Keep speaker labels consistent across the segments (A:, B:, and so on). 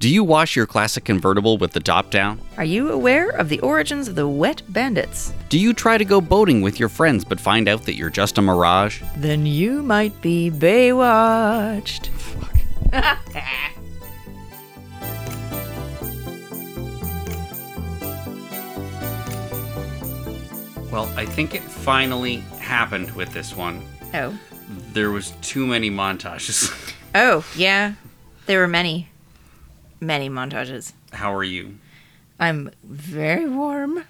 A: Do you wash your classic convertible with the top down?
B: Are you aware of the origins of the wet bandits?
A: Do you try to go boating with your friends but find out that you're just a mirage?
B: Then you might be Baywatched.
A: Well, I think it finally happened with this one.
B: Oh.
A: There was too many montages.
B: Oh, yeah. There were many, many montages.
A: How are you?
B: I'm very warm,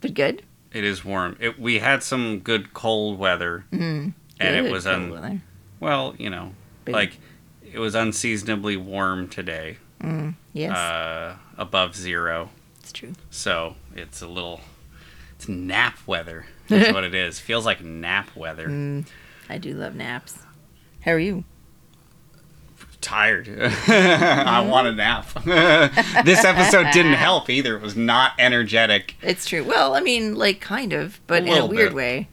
B: but good.
A: It is warm. It, we had some good cold weather, and it
B: Mm-hmm. Good
A: was
B: cold
A: un-
B: weather.
A: well, you know,
B: Big.
A: like it was unseasonably warm today,
B: Yes,
A: uh, above zero.
B: it's true.
A: So it's a little, it's nap weather. That's what it is. Feels like nap weather.
B: I do love naps. How are you?
A: Tired. I want a nap. this episode didn't help either. It was not energetic.
B: It's true. Well, I mean, like, kind of, but in a
A: little
B: weird
A: bit.
B: way.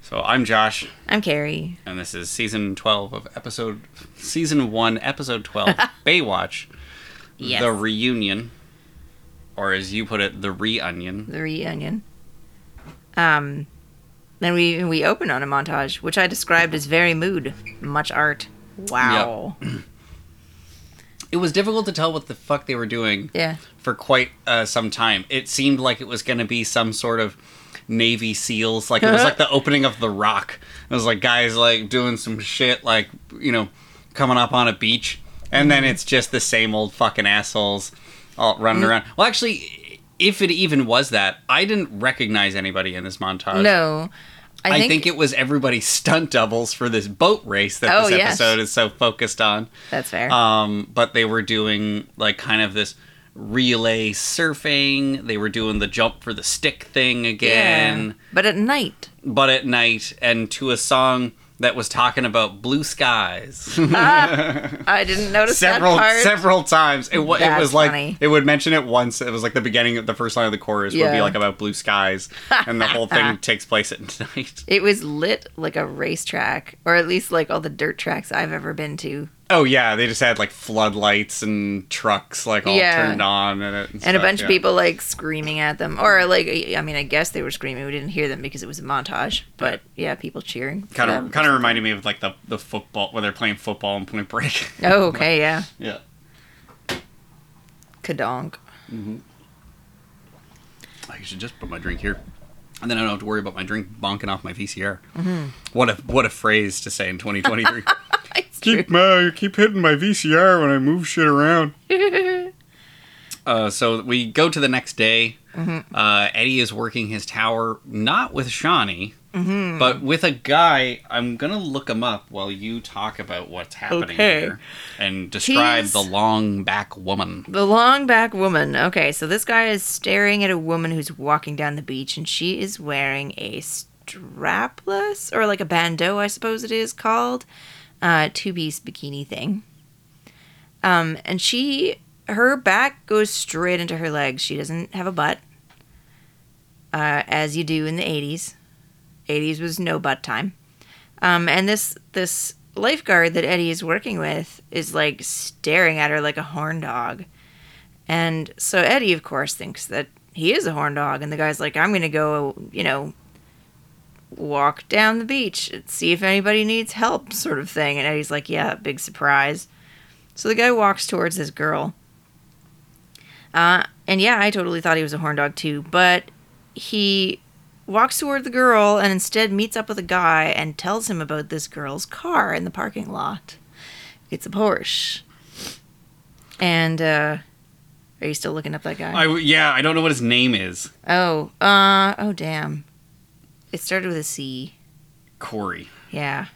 A: So I'm Josh,
B: I'm Carrie.
A: and this is season 12 of episode, season 1, episode 12, Baywatch,
B: Yes.
A: the reunion, or as you put it, the reunion.
B: the reunion. Um, then we we open on a montage, which I described as very mood, much art. Wow.
A: It was difficult to tell what the fuck they were doing
B: Yeah.
A: for quite uh, some time. It seemed like it was going to be some sort of Navy SEALs. Like it was like the opening of The Rock. It was like guys like doing some shit, like you know, coming up on a beach, and
B: Mm-hmm.
A: then it's just the same old fucking assholes all running around. Well, actually, if it even was that, I didn't recognize anybody in this montage.
B: No, I,
A: I think,
B: think,
A: it was everybody's stunt doubles for this boat race that
B: Oh,
A: this
B: yes.
A: episode is so focused on
B: that's fair.
A: um, but they were doing like kind of this relay surfing. They were doing the jump for the stick thing again,
B: But at night,
A: but at night and to a song that was talking about blue skies
B: I didn't notice
A: several
B: that part.
A: several times. It, wa- it
B: That's
A: was like
B: funny.
A: it would mention it once. It was like the beginning of the first line of the chorus would be
B: Yeah.
A: like about blue skies, and the whole thing takes place at night.
B: It was lit like a racetrack, or at least like all the dirt tracks I've ever been to,
A: Oh yeah, they just had like floodlights and trucks like all
B: Yeah.
A: turned on and it,
B: and a
A: stuff,
B: bunch
A: yeah.
B: of people like screaming at them, or like I mean, I guess they were screaming. We didn't hear them because it was a montage, but yeah, people cheering. for
A: Kind
B: them.
A: of, kind of reminded me of like the the football where they're playing football and Point Break.
B: Oh, okay, yeah.
A: yeah.
B: Kadonk.
A: I should just put my drink here, and then I don't have to worry about my drink bonking off my VCR. What a what a phrase to say in 2023.
B: It's true.
A: keep my keep hitting my VCR when I move shit around. uh, so we go to the next day.
B: Mm-hmm.
A: Uh, Eddie is working his tower not with Shawnee,
B: Mm-hmm.
A: but with a guy. I'm gonna look him up while you talk about what's happening
B: Okay.
A: here and describe
B: He's-
A: the long back woman.
B: The long back woman. Okay, so this guy is staring at a woman who's walking down the beach, and she is wearing a strapless or like a bandeau, I suppose it is called, uh, two piece bikini thing. Um, and she, her back goes straight into her legs. She doesn't have a butt, uh, as you do in the 80s. 80s was no butt time. Um, and this this lifeguard that Eddie is working with is like staring at her like a horn dog. And so Eddie, of course, thinks that he is a horn dog, and the guy's like, "I'm gonna go, you know, walk down the beach and see if anybody needs help," sort of thing. And Eddie's like, "Yeah, big surprise." So the guy walks towards this girl. Uh, and yeah, I totally thought he was a horn dog too, but he walks toward the girl and instead meets up with a guy and tells him about this girl's car in the parking lot. It's a Porsche. And uh are you still looking up that guy?
A: I w- yeah, I don't know what his name is.
B: oh, uh oh damn. It started with a C.
A: Corey.
B: Yeah.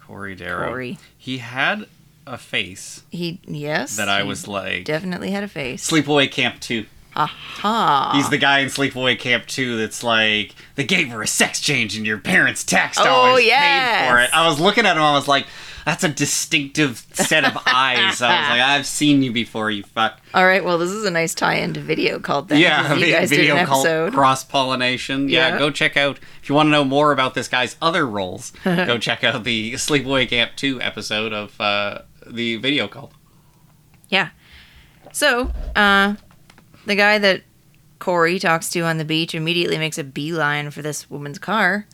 A: Corey Darrow.
B: Corey.
A: He had a face
B: He yes.
A: that I
B: he
A: was like
B: definitely had a face.
A: Sleepaway Camp 2.
B: Aha.
A: He's the guy in Sleepaway Camp 2 that's like, they gave her a sex change and your parents' tax
B: Oh,
A: dollars paid
B: yes.
A: for it. I was looking at him, I was like, that's a distinctive set of eyes. I was like, I've seen you before, you fuck.
B: All right, well this is a nice tie in to video called then.
A: Yeah,
B: 'cause you
A: vi-
B: guys did an
A: video called
B: episode.
A: cross pollination. Yeah,
B: Yeah.
A: go check out if you want to know more about this guy's other roles. go check out the Sleepaway Camp 2 episode of uh, the video call.
B: Yeah. So, uh, the guy that Corey talks to on the beach immediately makes a beeline for this woman's car.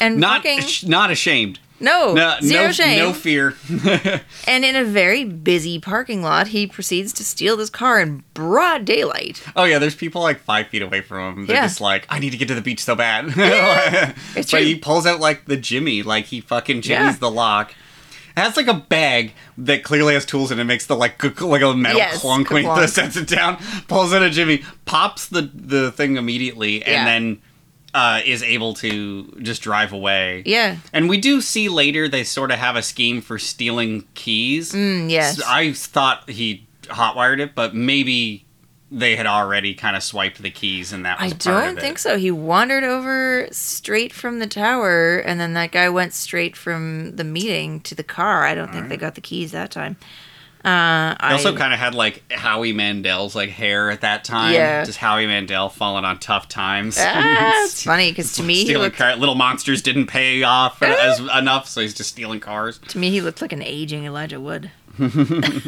B: And
A: Not
B: fucking,
A: ash- not ashamed.
B: no,
A: No,
B: zero
A: no,
B: shame.
A: no fear.
B: and in a very busy parking lot, he proceeds to steal this car in broad daylight.
A: oh yeah, there's people like five feet away from him. They're
B: Yeah.
A: just like, I need to get to the beach so bad.
B: It's
A: but
B: true.
A: he pulls out like the Jimmy, like he fucking jimmies
B: Yeah.
A: the lock. It has like a bag that clearly has tools in it. Makes the like clunk- like a metal
B: Yes,
A: clunk when
B: clunk.
A: he sets it down. Pulls out a Jimmy, pops the the thing immediately, and
B: Yeah.
A: then uh, is able to just drive away.
B: Yeah.
A: And we do see later they sort of have a scheme for stealing keys.
B: Mm, yes.
A: S- I thought he hotwired it, but maybe they had already kind of swiped the keys, and that
B: I
A: was part
B: don't
A: of
B: think
A: it.
B: so. He wandered over straight from the tower, and then that guy went straight from the meeting to the car. I don't think they got the keys that time. Uh,
A: They
B: I
A: also kind of had like Howie Mandel's like hair at that time.
B: Yeah.
A: Just Howie Mandel falling on tough times.
B: ah, it's funny because to me he
A: stealing
B: looked
A: car- little monsters didn't pay off as enough, so he's just stealing cars.
B: to me he looked like an aging Elijah Wood.
A: He didn't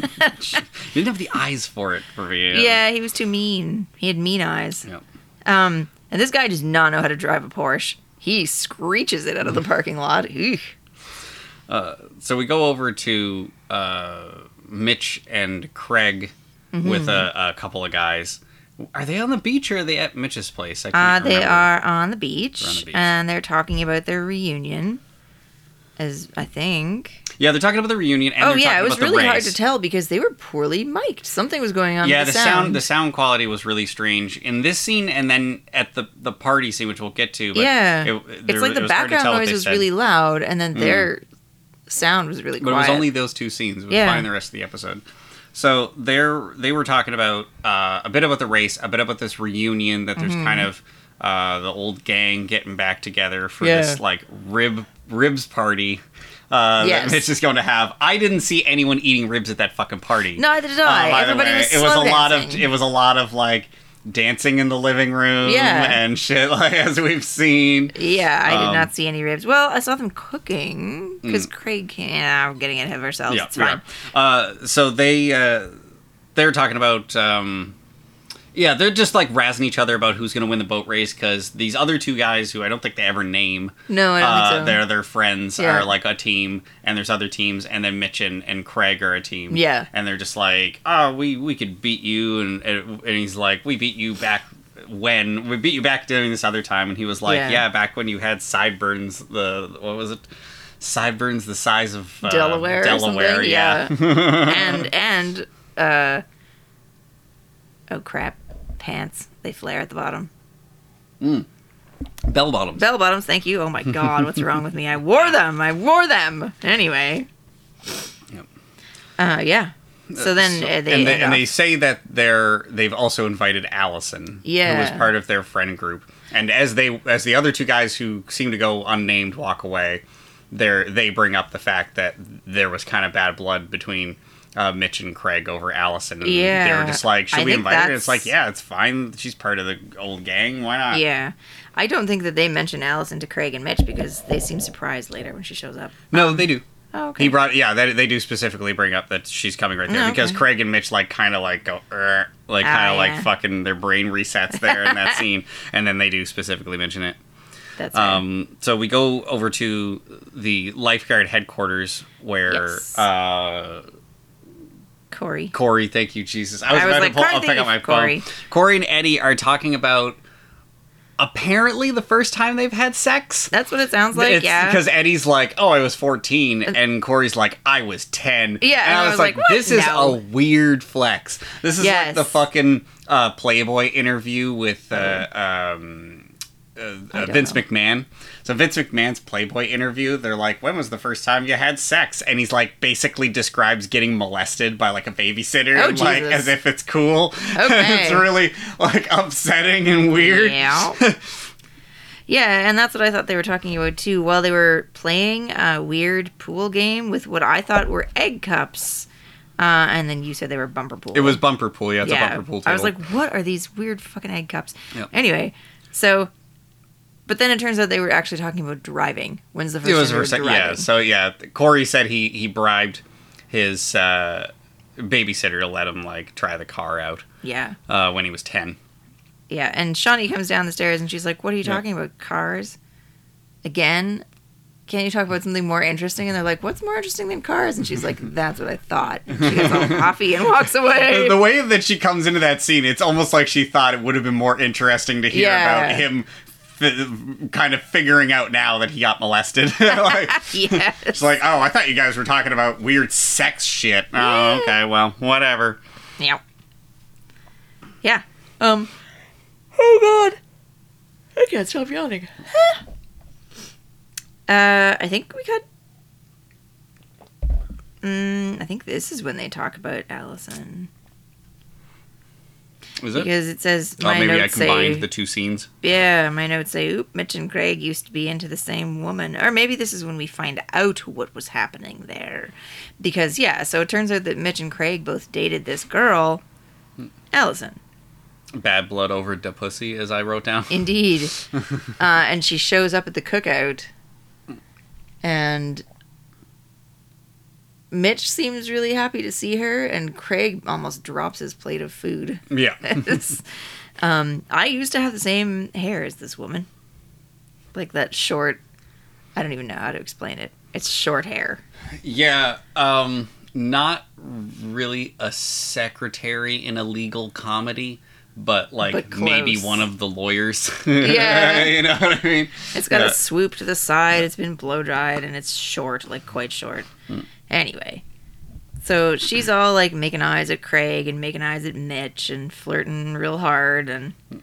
A: have the eyes for it for you.
B: Yeah, he was too mean. He had mean eyes.
A: Yep.
B: Um, and this guy does not know how to drive a Porsche. He screeches it out of the parking lot. Eugh.
A: so we go over to uh, Mitch and Craig
B: Mm-hmm.
A: with a, a couple of guys. Are they on the beach or are they at Mitch's place? I
B: Uh,
A: can't
B: they
A: remember.
B: are on the, beach,
A: They're on the beach.
B: and they're talking about their reunion. As I think.
A: Yeah, they're talking about the reunion. And
B: oh
A: they're
B: yeah,
A: talking
B: it was
A: about the
B: really hard
A: race.
B: to tell because they were poorly mic'd. Something was going on.
A: Yeah,
B: with
A: the sound. the sound quality was really strange in this scene, and then at the the party scene, which we'll get to. But
B: yeah,
A: it- there-
B: it's like
A: it
B: the
A: was hard to
B: background
A: tell what
B: noise
A: they
B: was
A: said. Mm.
B: really loud, and then their sound was really
A: But
B: quiet.
A: it was only those two scenes. It was
B: Yeah.
A: fine the rest of the episode. So they're they were talking about uh, a bit about the race, a bit about this reunion that
B: Mm-hmm.
A: there's kind of uh, the old gang getting back together for this
B: Yeah.
A: like rib ribs party. Uh,
B: Yes.
A: that Mitch is going to have. I didn't see anyone eating ribs at that fucking party.
B: Neither did
A: Uh,
B: I.
A: by the
B: Everybody
A: way,
B: was
A: it was a
B: slow
A: lot of
B: dancing.
A: it was a lot of like dancing in the living room
B: Yeah.
A: and shit like as we've seen.
B: yeah, I did
A: um, Mm.
B: not see any ribs. Well, I saw them cooking because Craig can't. We're getting ahead of ourselves. it's
A: we
B: fine.
A: are. Uh, so they uh, they're talking about um, yeah, they're just like razzing each other about who's going to win the boat race because these other two guys who I don't think they ever name.
B: No, I don't
A: uh,
B: think so.
A: They're their friends
B: Yeah.
A: are like a team, and there's other teams, and then Mitch and, and Craig are a team.
B: Yeah.
A: and they're just like, oh, we we could beat you, and and he's like, we beat you back when we beat you back during this other time, and he was like,
B: Yeah.
A: yeah, back when you had sideburns, the what was it? Sideburns the size of uh,
B: Delaware, or
A: Delaware,
B: something?
A: yeah.
B: and and uh, oh crap, pants. They flare at the bottom.
A: Bell bottoms.
B: Bell bottoms, thank you. Oh my god, what's wrong with me? I wore them. I wore them. Anyway.
A: Yep.
B: Uh, yeah. So then
A: So-
B: uh, they,
A: and, they,
B: end
A: and
B: off-
A: they say that they're they've also invited Allison, who was
B: Yeah.
A: part of their friend group. And as they as the other two guys who seem to go unnamed walk away, they they bring up the fact that there was kind of bad blood between uh, Mitch and Craig over Allison. And they
B: Yeah.
A: were just like, should
B: I
A: we
B: think
A: invite her? And it's like,
B: that's-
A: yeah, it's fine. She's part of the old gang. Why not?
B: yeah. I don't think that they mention Allison to Craig and Mitch because they seem surprised later when she shows up.
A: No, they do.
B: Oh, okay.
A: He brought, yeah, they, they do specifically bring up that she's coming right there
B: Oh,
A: because
B: okay.
A: Craig and Mitch like kind of like go, "Er," like
B: Ah,
A: kind of
B: yeah.
A: like fucking their brain resets there in that scene, and then they do specifically mention it.
B: That's right.
A: Um, so we go over to the lifeguard headquarters where
B: Yes.
A: uh,
B: Corey.
A: Corey, thank you, Jesus, I was,
B: I was
A: about
B: like,
A: to pull
B: "Corey,
A: I'll
B: thank
A: pick up
B: you,
A: my
B: Corey."
A: phone. Corey and Eddie are talking about apparently the first time they've had sex.
B: That's what it sounds like, yeah. Uh,
A: Because Eddie's like, oh, I was 14. And Corey's like, I was 10.
B: Yeah,
A: And, I was like,
B: "What?
A: this is
B: No."
A: a weird flex. This is
B: Yes.
A: like the fucking uh, Playboy interview with uh, um, uh, uh,
B: Oh. don't
A: Vince
B: know.
A: McMahon. So Vince McMahon's Playboy interview, they're like, when was the first time you had sex? And he's like, basically describes getting molested by like a babysitter,
B: Oh,
A: and, like
B: Jesus.
A: as if it's cool.
B: Okay.
A: it's really like upsetting and weird.
B: Yeah. yeah, and that's what I thought they were talking about too. While they were playing a weird pool game with what I thought were egg cups, uh, and then you said they were bumper pool.
A: It was bumper pool. Yeah, it's a bumper pool table.
B: I was like, what are these weird fucking egg cups?
A: Yep.
B: Anyway, so, but then it turns out they were actually talking about driving. When's the first
A: it was
B: time you were
A: for sec- yeah
B: driving?
A: so yeah corey said he he bribed his uh babysitter let him like try the car out
B: Yeah.
A: uh, when he was ten.
B: Yeah. And Shawnee comes down the stairs and she's like, What are you
A: Yeah.
B: talking about? Cars? Again? Can't you talk about something more interesting? And they're like, What's more interesting than cars? And she's like, That's what I thought. And she gets all coffee and walks away.
A: The way that she comes into that scene, it's almost like she thought it would have been more interesting to hear
B: Yeah.
A: about him f- kind of figuring out now that he got molested. like,
B: yes.
A: it's like, oh, I thought you guys were talking about weird sex shit. Oh, okay, well, whatever.
B: Yeah. Yeah. Um. Oh God. I can't stop yawning. uh, I think we got. Mm, I think this is when they talk about Allison
A: Was it?
B: because it says
A: Oh,
B: my
A: maybe I
B: notes say
A: combined the two scenes.
B: yeah my notes say oop Mitch and Craig used to be into the same woman or maybe this is when we find out what was happening there because yeah so it turns out that Mitch and Craig both dated this girl
A: Hmm.
B: Allison
A: Bad blood over da pussy, as I wrote down.
B: Indeed. uh, and she shows up at the cookout, and Mitch seems really happy to see her, and Craig almost drops his plate of food.
A: Yeah.
B: It's- um, I used to have the same hair as this woman. Like that short, I don't even know how to explain it. It's short hair.
A: Yeah, um, not really a secretary in a legal comedy, but like
B: But close.
A: maybe one of the lawyers.
B: Yeah.
A: you know what I mean?
B: It's got
A: Yeah.
B: a swoop to the side. It's been blow dried and it's short, like quite short.
A: Hmm.
B: Anyway, so she's all like making eyes at Craig and making eyes at Mitch and flirting real hard and
A: Hmm.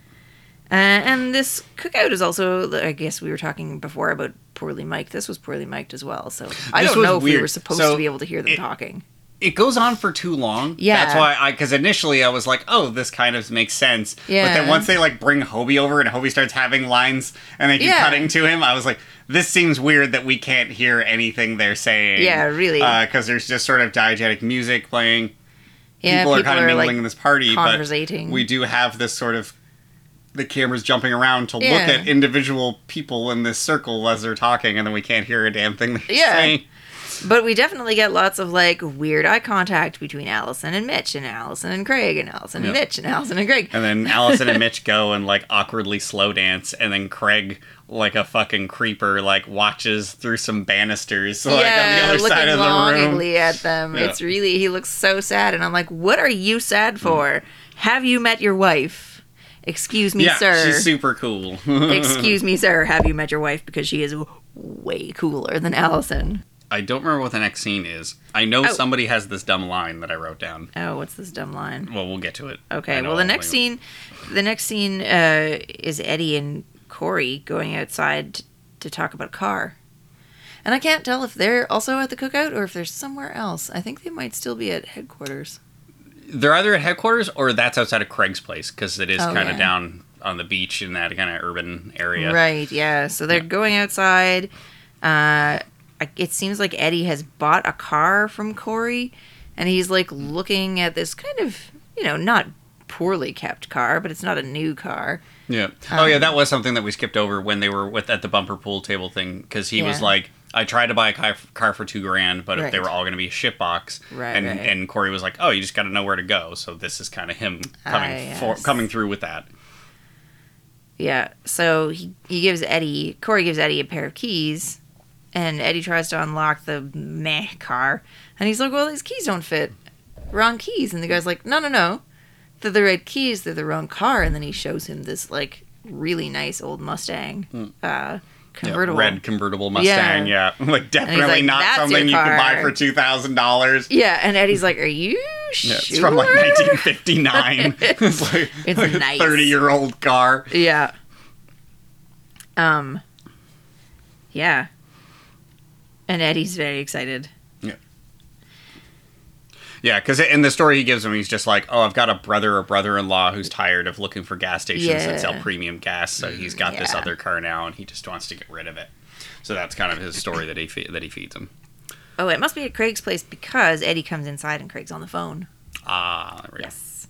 B: uh, and this cookout is also. I guess we were talking before about poorly mic'd. This was poorly mic'd as well. So I
A: This
B: don't
A: was
B: know if we
A: weird.
B: were supposed
A: So
B: to be able to hear them
A: it-
B: talking.
A: It goes on for too long.
B: Yeah.
A: that's why I because initially I was like, oh, this kind of makes sense. but
B: Yeah.
A: then once they like bring Hobie over and Hobie starts having lines and they keep
B: Yeah.
A: cutting to him, I was like, this seems weird that we can't hear anything they're saying.
B: Yeah, really.
A: Because there's just sort of diegetic music playing.
B: Yeah,
A: people, are kind of mingling in
B: like
A: this party,
B: conversating.
A: but we do have this sort of the cameras jumping around to
B: Yeah.
A: look at individual people in this circle as they're talking, and then we can't hear a damn thing they're
B: Yeah.
A: saying.
B: But we definitely get lots of like weird eye contact between Allison and Mitch and Allison and Craig and Allison and
A: Yeah.
B: Mitch and Allison and Craig.
A: And then Allison and Mitch go and like awkwardly slow dance, and then Craig, like a fucking creeper, like watches through some banisters, like on the other
B: looking
A: side of the room.
B: longingly at them.
A: Yeah. Mm.
B: It's really he looks so sad, and I'm like, "What are you sad for? Have you met your wife? Excuse me,
A: yeah,
B: sir.
A: she's super cool.
B: Excuse me, sir. Have you met your wife? Because she is way cooler than Allison.
A: I don't remember what the next scene is. I know
B: Oh.
A: somebody has this dumb line that I wrote down.
B: Oh, what's this dumb line?
A: Well, we'll get to it. I
B: Okay,
A: know
B: well the
A: I'll
B: next
A: think
B: scene, the next scene uh, is Eddie and Corey going outside t- to talk about a car. And I can't tell if they're also at the cookout or if they're somewhere else. I think they might still be at headquarters.
A: they're either at headquarters or that's outside of Craig's place because it is
B: Oh,
A: kind of
B: yeah.
A: down on the beach in that kind of urban area.
B: Right, yeah. So they're going outside. Uh, I- it seems like Eddie has bought a car from Corey, and he's like looking at this kind of, you know, not poorly kept car, but it's not a new car.
A: Yeah. oh
B: Um,
A: yeah, that was something that we skipped over when they were with at the bumper pool table thing because he was
B: Yeah.
A: like, "I tried to buy a car, car for two grand, but if they
B: Right.
A: were all going to be a shitbox."
B: Right,
A: And
B: right.
A: and Corey was like, "Oh, you just got to know where to go." So this is kind of him coming
B: Ah,
A: for,
B: yes.
A: coming through with that.
B: Yeah. So he, he gives Eddie, Corey gives Eddie a pair of keys, and Eddie tries to unlock the meh car. And he's like, well, these keys don't fit. Wrong keys. And the guy's like, no, no, no. They're the right keys. They're the wrong car. And then he shows him this, like, really nice old Mustang uh,
A: Hmm. Yeah,
B: convertible.
A: red convertible Mustang. Yeah, like definitely
B: like,
A: not
B: "That's your
A: something you can buy
B: car."
A: for two thousand dollars.
B: Yeah. And Eddie's like, are you
A: Yeah,
B: sure?
A: it's from like 1959. it's like,
B: It's
A: like
B: nice.
A: a 30 year old car.
B: Yeah. Um. Yeah. And Eddie's very excited.
A: Yeah, because in the story he gives him, he's just like, oh, I've got a brother or brother in law who's tired of looking for gas stations
B: Yeah.
A: that sell premium gas, so he's got this
B: Yeah.
A: other car now, and he just wants to get rid of it. So that's kind of his story that he fe- that he feeds him.
B: Oh, it must be at Craig's place because Eddie comes inside and Craig's on the phone. Um,
A: Ah, there we go.
B: Yes.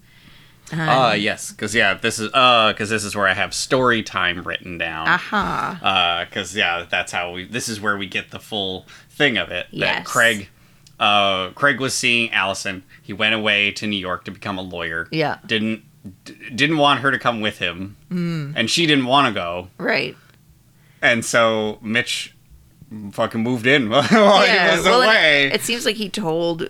A: Ah, yes, because yeah, this is uh, because this is where I have story time written down.
B: Uh-huh. Aha.
A: Uh, because yeah, that's how we. This is where we get the full thing of it. That
B: Yes.
A: Craig uh, Craig was seeing Allison. He went away to New York to become a lawyer.
B: Yeah.
A: Didn't d- didn't want her to come with him, mm. and she didn't want to go.
B: Right.
A: And so Mitch fucking moved in while Oh, he was
B: and
A: away.
B: It, it seems like he told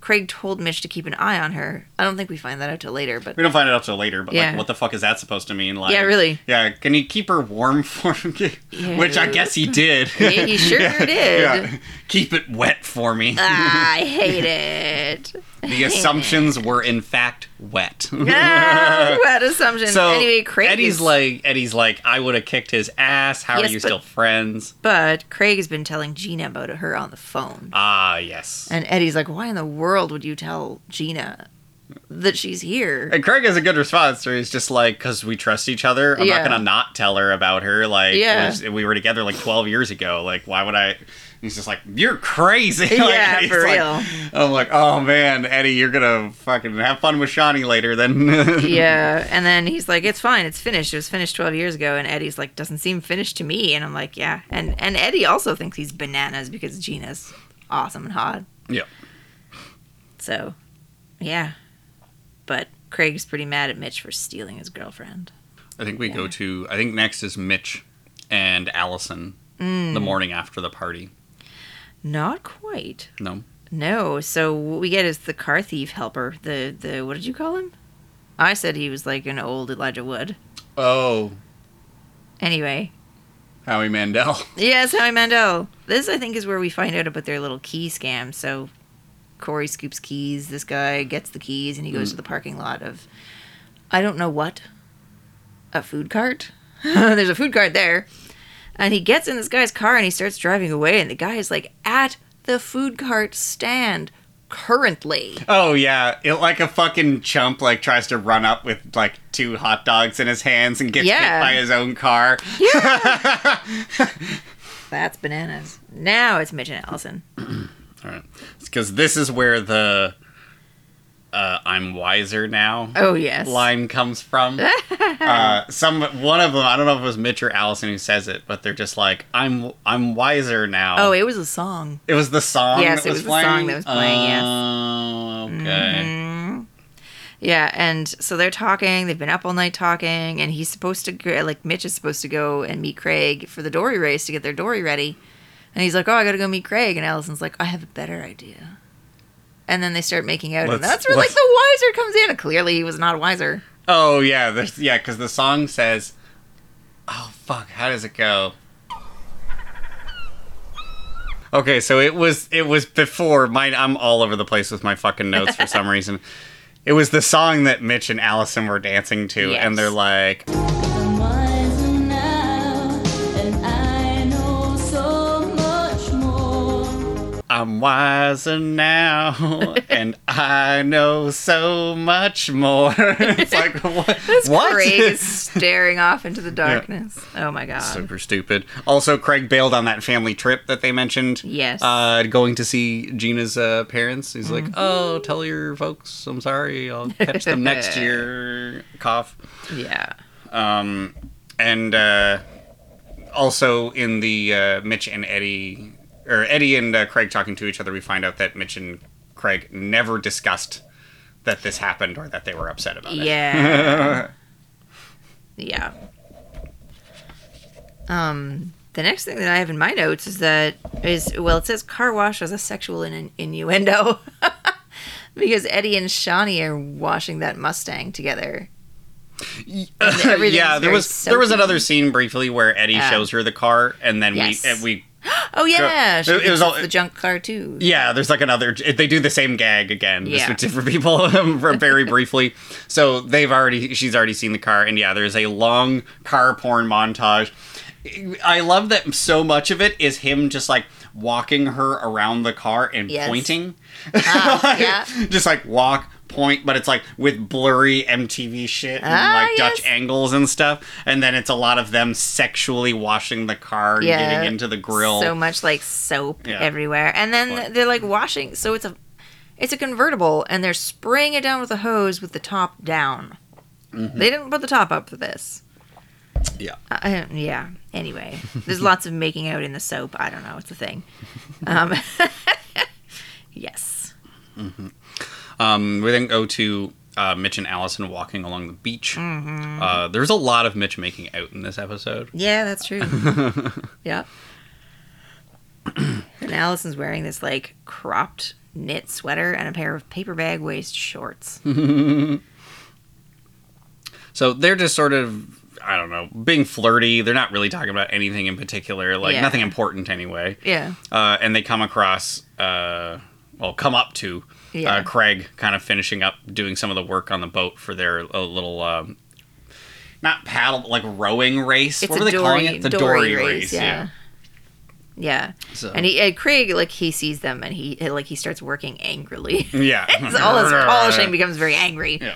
B: Craig told Mitch to keep an eye on her. I don't think we find that out till later, but
A: we don't find it out till later, but
B: Yeah.
A: like, what the fuck is that supposed to mean? Like,
B: Yeah, really.
A: Yeah, can you keep her warm for me? Which I
B: Yeah.
A: guess he did.
B: Yeah, he sure did.
A: Keep it wet for me.
B: Ah, I hate it.
A: the assumptions were in fact wet.
B: Ah, bad assumption.
A: so
B: anyway, Craig
A: Eddie's
B: is-
A: like Eddie's like I would have kicked his ass. How
B: Yes,
A: are you
B: but-
A: still friends?
B: but Craig has been telling Gina about her on the phone.
A: Ah, yes.
B: And Eddie's like, why in the world would you tell Gina that she's here?
A: And Craig has a good response where he's just like, because we trust each other. I'm
B: Yeah.
A: not going to not tell her about her. Like, it
B: Yeah.
A: was- we were together like 12 years ago. Like, why would I? He's just like, you're crazy. Like,
B: Yeah,
A: he's
B: for
A: like-
B: real.
A: I'm like, oh man, Eddie, you're going to fucking have fun with Shawnee later then.
B: yeah. And then he's like, it's fine. It's finished. It was finished 12 years ago. And Eddie's like, doesn't seem finished to me. And I'm like, yeah. And, and Eddie also thinks he's bananas because Gina's awesome and hot.
A: Yeah.
B: So, yeah. But Craig's pretty mad at Mitch for stealing his girlfriend.
A: I think we go to, I think next is Mitch and Allison the
B: Mm-hmm.
A: morning after the party.
B: Mm, Not quite.
A: No.
B: No. So what we get is the car thief helper. The the what did you call him? I said he was like an old Elijah Wood.
A: Oh,
B: Anyway,
A: Howie Mandel.
B: yes, Howie Mandel. This I think is where we find out about their little key scam. So Corey scoops keys. This guy gets the keys and he goes to the parking lot of I don't know what a food cart. There's a food cart there, and he gets in this guy's car and he starts driving away. And the guy is like at the food cart stand currently.
A: Oh yeah, it, like a fucking chump like tries to run up with like two hot dogs in his hands and gets
B: Yeah.
A: hit by his own car.
B: That's bananas. Now it's Mitch and Allison.
A: All right, because this is where the uh, "I'm wiser now"
B: Oh yes.
A: line comes from. uh, some one of them, I don't know if it was Mitch or Allison who says it, but they're just like, "I'm I'm wiser now."
B: Oh, it was a song.
A: it was the song.
B: Yes,
A: that
B: it
A: was
B: was the song that was playing, yes.
A: Oh,
B: Mm-hmm.
A: okay.
B: Yeah, and so they're talking. They've been up all night talking, and he's supposed to go, like Mitch is supposed to go and meet Craig for the dory race to get their dory ready. And he's like, "Oh, I got to go meet Craig." And Allison's like, "I have a better idea." And then they start making out, and
A: Let's-
B: that's where like
A: let's-
B: the wiser comes in. And clearly, he was not a wiser.
A: Oh yeah, there's, yeah, because the song says, "Oh fuck, how does it go?" Okay, so it was it was before mine. I'm all over the place with my fucking notes for some reason. It was the song that Mitch and Allison were dancing to,
B: Yes.
A: and they're like,
C: I'm wiser now, and I know so much more.
A: "I'm wiser now, and I know so much more." it's like what? what?
B: Craig is staring off into the darkness. Oh my god!
A: Super stupid. Also, Craig bailed on that family trip that they mentioned.
B: Yes.
A: Uh, going to see Gina's uh, parents. He's
B: Mm-hmm.
A: like, oh, tell your folks I'm sorry. I'll catch them next year. Cough.
B: yeah.
A: Um, and uh, also in the uh, Mitch and Eddie, or Eddie and uh, Craig talking to each other, we find out that Mitch and Craig never discussed that this happened or that they were upset about it.
B: Yeah. yeah. Um, the next thing that I have in my notes is that is well, it says car wash as a sexual in- innuendo because Eddie and Shawnee are washing that Mustang together. And everything's
A: yeah, there
B: very
A: was there was
B: soapy.
A: another scene briefly where Eddie
B: Yeah.
A: shows her the car, and then
B: Yes.
A: we and we
B: Oh yeah, she
A: It- it
B: thinks
A: was all-
B: it's the junk car too.
A: Yeah, there's like another. They do the same gag again, just
B: Yeah.
A: with different people, um, very briefly. So they've already, she's already seen the car, and yeah, there's a long car porn montage. I love that so much of it is him just like walking her around the car and
B: Yes.
A: pointing,
B: Ah, yeah.
A: just like walk, point, but it's like with blurry MTV shit and
B: Ah,
A: like Dutch
B: yes.
A: angles and stuff, and then it's a lot of them sexually washing the car, and
B: Yeah.
A: getting into the grill.
B: So much like soap
A: Yeah.
B: everywhere, and then
A: What?
B: they're like washing. So it's a, it's a convertible, and they're spraying it down with a hose with the top down.
A: Mm-hmm.
B: They didn't put the top up for this.
A: Yeah.
B: Uh, yeah. Anyway, there's lots of making out in the soap. I don't know. It's a thing. Um, Yes.
A: Um, we then go to uh, Mitch and Allison walking along the beach.
B: Mm-hmm.
A: Uh, there's a lot of Mitch making out in this episode.
B: Yeah, that's true. yep. and Allison's wearing this like cropped knit sweater and a pair of paper bag waist shorts.
A: Hmm. So they're just sort of, I don't know, being flirty. They're not really talking about anything in particular, like
B: Yeah.
A: nothing important anyway.
B: yeah.
A: Uh, and they come across, uh, well, come up to
B: Yeah.
A: uh, Craig kind of finishing up doing some of the work on the boat for their uh, little. Um, not paddle, but like rowing race. what are they calling it? The dory, race.
B: Yeah. Yeah.
A: So-
B: And he and Craig like he sees them and he uh, like he starts working angrily.
A: Yeah.
B: So all his polishing becomes very angry.
A: Yeah.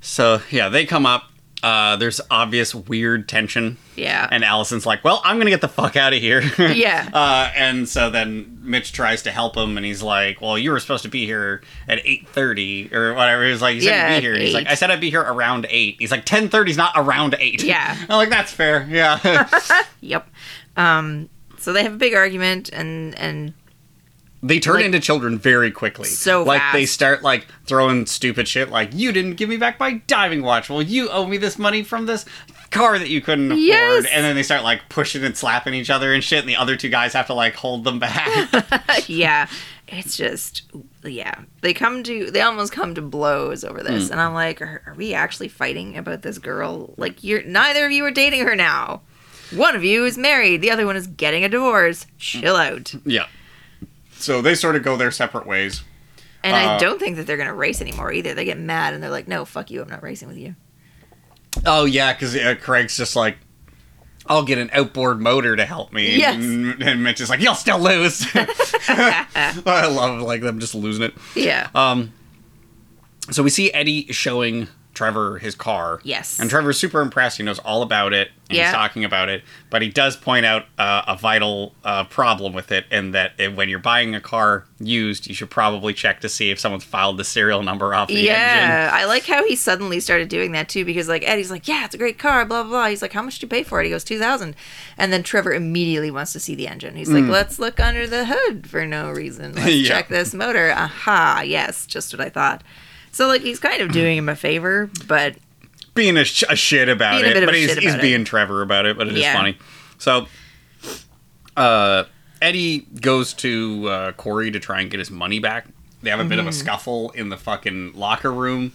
A: So yeah, they come up. Uh, there's obvious weird tension,
B: Yeah.
A: and Allison's like, "Well, I'm gonna get the fuck out of here."
B: Yeah.
A: Uh, and so then Mitch tries to help him, and he's like, "Well, you were supposed to be here at 8:30 or whatever." He's like, "You said
B: Yeah,
A: you'd
B: at
A: be here." And He's like,
B: eight.
A: "I said I'd be here around 8." He's like, "10:30 is not around 8."
B: Yeah.
A: I'm like, "That's fair." Yeah.
B: Yep. Um so they have a big argument and and
A: they turn
B: Like,
A: into children very quickly.
B: so
A: like they
B: fast.
A: start like throwing stupid shit like you didn't give me back my diving watch. Well, you owe me this money from this car that you couldn't afford.
B: Yes.
A: And then they start like pushing and slapping each other and shit and the other two guys have to like hold them back.
B: yeah. It's just yeah. They come to they almost come to blows over
A: Mm.
B: this and I'm like are, are we actually fighting about this girl? Like you're neither of you are dating her now. One of you is married, the other one is getting a divorce.
A: Mm.
B: Chill out.
A: yeah. So they sort of go their separate ways.
B: And
A: Uh,
B: I don't think that they're going to race anymore either. They get mad and they're like, no, fuck you. I'm not racing with you.
A: Oh yeah, cuz uh, Craig's just like I'll get an outboard motor to help me.
B: Yes.
A: And, and Mitch is like, "You'll still lose." I love like them just losing it.
B: Yeah.
A: Um, so we see Eddie showing Trevor his car.
B: Yes.
A: And Trevor's super impressed. He knows all about it. And
B: Yeah.
A: He's talking about it, but he does point out uh, a vital uh, problem with it, and that it, when you're buying a car used, you should probably check to see if someone's filed the serial number off the engine.
B: yeah. I like how he suddenly started doing that too because, like, Eddie's like, yeah, it's a great car, blah, blah, blah. He's like, how much did you pay for it? He goes, 2000 And then Trevor immediately wants to see the engine. He's like, let's look under the hood for no reason. Let's
A: Mm. Yeah.
B: check this motor. Aha. Yes. Just what I thought. So, like, he's
A: Mm.
B: kind of doing him a favor, but
A: Being a, sh- a shit about
B: Being a
A: it,
B: bit of
A: but
B: a
A: he's,
B: shit
A: he's
B: about it.
A: being Trevor about it, but it is
B: Yeah.
A: funny. So, uh, Eddie goes to uh, Corey to try and get his money back. They have a bit of a
B: Mm-hmm.
A: scuffle in the fucking locker room,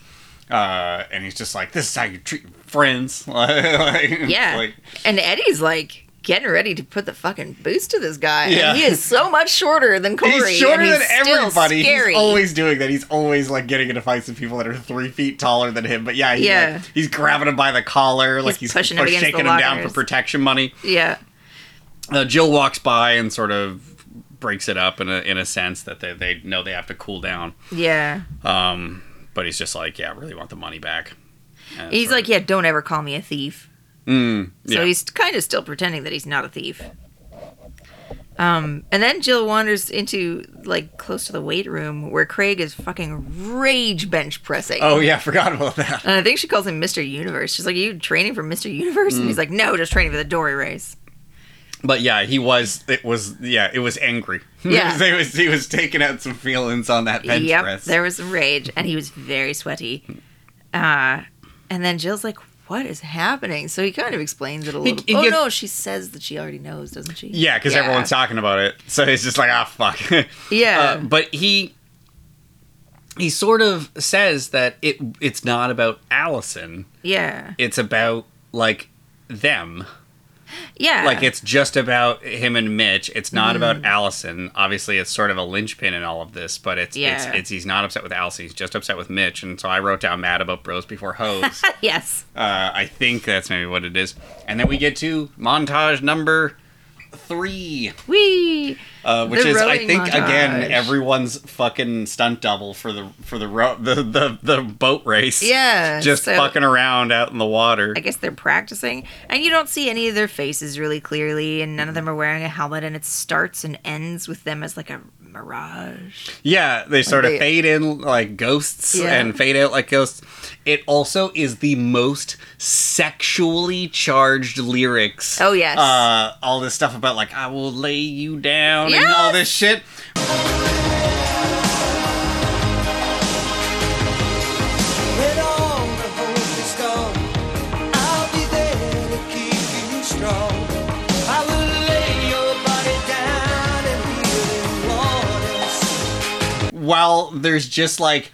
A: uh, and he's just like, "This is how you treat your friends." Like-
B: yeah.
A: like-
B: and Eddie's like, Getting ready to put the fucking boost to this guy.
A: Yeah.
B: And he is so much shorter than Corey.
A: He's shorter
B: and he's
A: than
B: still
A: everybody.
B: Scary.
A: He's always doing that. He's always like getting into fights with people that are three feet taller than him. But yeah, he,
B: Yeah.
A: like, he's grabbing him by the collar, like he's
B: pushing him
A: push-
B: against the
A: shaking him down for
B: lockers.
A: protection money.
B: Yeah.
A: uh, Jill walks by and sort of breaks it up in a, in a sense that they, they know they have to cool down.
B: Yeah.
A: Um, but he's just like, yeah, I really want the money back. And
B: he's
A: sort
B: like, yeah, don't ever call me a thief.
A: of-
B: So
A: Mm, yeah.
B: he's kind of still pretending that he's not a thief. Um, and then Jill wanders into like close to the weight room where Craig is fucking rage bench pressing.
A: oh yeah, forgot about that.
B: And I think she calls him Mr. Universe. She's like, Are you training for Mr. Universe?
A: Mm.
B: And he's like, No, just training for the Dory race.
A: But yeah, he was. It was yeah, it was angry.
B: Yeah.
A: he was he was taking out some feelings on that bench
B: yep,
A: press.
B: there was some rage, and he was very sweaty. Uh, and then Jill's like, "What is happening?" So he kind of explains it a little.
A: he
B: oh
A: gets-
B: no, she says that she already knows, doesn't she?
A: yeah, because everyone's talking about it, so he's just like, ah, fuck. Uh,
B: Yeah,
A: but he he sort of says that it it's not about Allison.
B: yeah,
A: It's about like them.
B: yeah. Mm-hmm.
A: like it's just about him and Mitch. It's not about Allison. Obviously, it's sort of a linchpin in all of this, but it's it's,
B: Yeah.
A: it's he's not upset with Allison. He's just upset with Mitch. And so I wrote down "mad about bros before hoes." uh,
B: yes,
A: I think that's maybe what it is. And then we get to montage number three,
B: we
A: uh, which
B: The
A: is I
B: rowing
A: think
B: montage.
A: again everyone's fucking stunt double for the for the ro- the, the the boat race.
B: yeah.
A: just
B: so
A: fucking around out in the water.
B: I guess they're practicing, and you don't see any of their faces really clearly, and none
A: Mm-hmm.
B: of them are wearing a helmet, and it starts and ends with them as like a mirage.
A: Yeah, they sort of
B: they-
A: fade in like ghosts
B: Yeah.
A: and fade out like ghosts. It also is the most sexually charged lyrics.
B: Oh, yes.
A: Uh, all this stuff about like I will lay you down and
B: Yes!
A: all this shit. while there's just like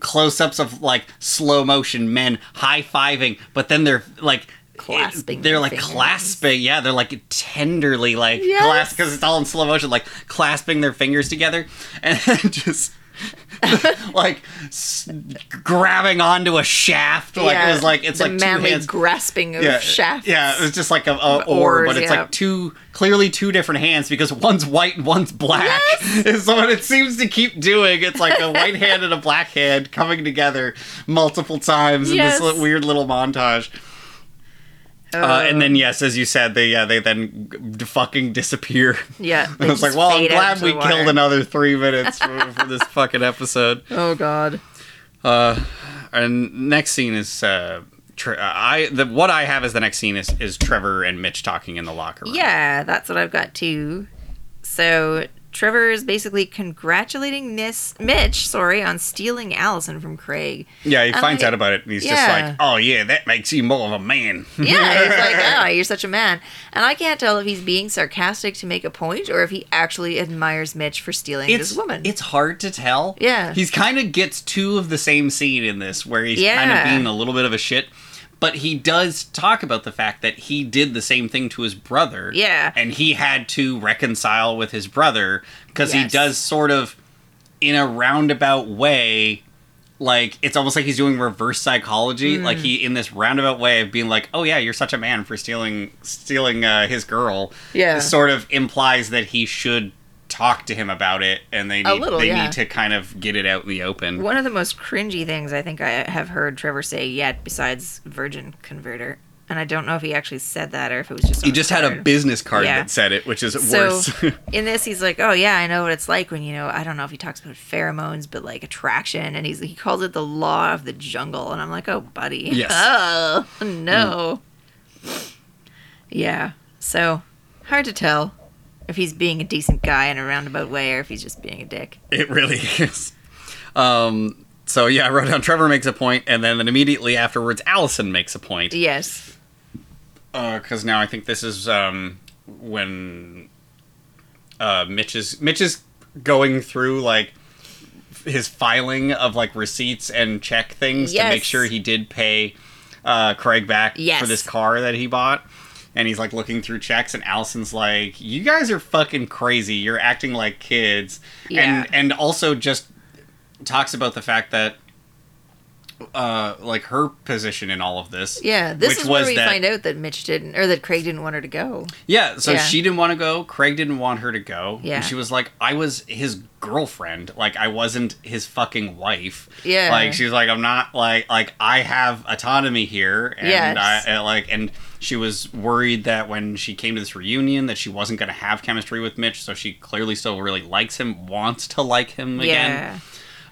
A: close-ups of like slow motion men high-fiving, but then they're like
B: Clasping
A: They're
B: their
A: like
B: fingers.
A: clasping. Yeah, they're like tenderly like
B: Yes.
A: clasp because it's all in slow motion, like clasping their fingers together and then just. like s- grabbing onto a shaft, like it was like it's
B: the
A: like two
B: manly
A: hands
B: grasping of
A: yeah,
B: shafts.
A: Yeah, it was just like a, a oar,
B: oars,
A: but it's
B: yeah.
A: like two clearly two different hands because one's white and one's black. And so what it seems to keep doing, it's like a white hand and a black hand coming together multiple times
B: Yes.
A: in this li- weird little montage.
B: Oh,
A: Uh, and then yes, as you said, they yeah they then g- fucking disappear.
B: yeah.
A: I
B: they
A: was like,
B: just
A: well, I'm
B: fade out
A: glad
B: into
A: we
B: the water.
A: killed another three minutes for, for this fucking episode.
B: Oh god.
A: And next scene is uh, tre- uh, I the what I have is the next scene is is Trevor and Mitch talking in the locker room.
B: Yeah, that's what I've got too. So Trevor is basically congratulating Miss Mitch, sorry, on stealing Allison from Craig.
A: yeah. He
B: I'm
A: finds
B: like-
A: out about it, and he's
B: Yeah.
A: just like, "Oh yeah, that makes you more of a man."
B: Yeah, he's like, oh, you're such a man. And I can't tell if he's being sarcastic to make a point or if he actually admires Mitch for stealing
A: it's
B: this woman.
A: it's hard to tell.
B: Yeah.
A: he's kind of gets two of the same scene in this, where he's kind of
B: Yeah.
A: being a little bit of a shit. But he does talk about the fact that he did the same thing to his brother.
B: Yeah.
A: And he had to reconcile with his brother because he
B: Yes.
A: does sort of, in a roundabout way, like it's almost like he's doing reverse psychology
B: Mm.
A: like he in this roundabout way of being like oh yeah you're such a man for stealing stealing uh, his girl
B: Yeah.
A: sort of implies that he should talk to him about it and they
B: A
A: need,
B: little,
A: they
B: yeah.
A: need to kind of get it out in the open
B: One of the most cringy things I think I have heard Trevor say yet, besides Virgin Converter, and I don't know if he actually said that or if it was just. on
A: he just had a
B: card.
A: business card
B: Yeah.
A: that said it which is
B: So
A: worse
B: in this, he's like, "Oh yeah, I know what it's like when you know." I don't know if he talks about pheromones, but like attraction, and he's he calls it the law of the jungle, and I'm like, "Oh, buddy,
A: Yes. Mm.
B: oh no, yeah." So hard to tell if he's being a decent guy in a roundabout way or if he's just being a dick.
A: It really is. Um, so yeah, I wrote down Trevor makes a point, and then, then immediately afterwards, Allison makes a point.
B: Yes,
A: Because Uh, now I think this is um, when uh, Mitch is Mitch is going through like his filing of like receipts and check things to make
B: Yes.
A: sure he did pay uh, Craig back
B: Yes.
A: for this car that he bought. And he's like looking through checks, and Allison's like, "You guys are fucking crazy. You're acting like kids."
B: Yeah.
A: And and also just talks about the fact that uh like her position in all of this.
B: yeah. This
A: which
B: is where
A: was
B: we
A: that-
B: find out that Mitch didn't or that Craig didn't want her to go.
A: Yeah, so
B: Yeah.
A: she didn't want to go. Craig didn't want her to go.
B: Yeah.
A: And she was like, I was his girlfriend. Like, I wasn't his fucking wife.
B: Yeah.
A: Like, she was like, I'm not, like, like I have autonomy here. And
B: Yes.
A: I, and, like, and she was worried that when she came to this reunion that she wasn't going to have chemistry with Mitch. So she clearly still really likes him, wants to like him again.
B: Yeah,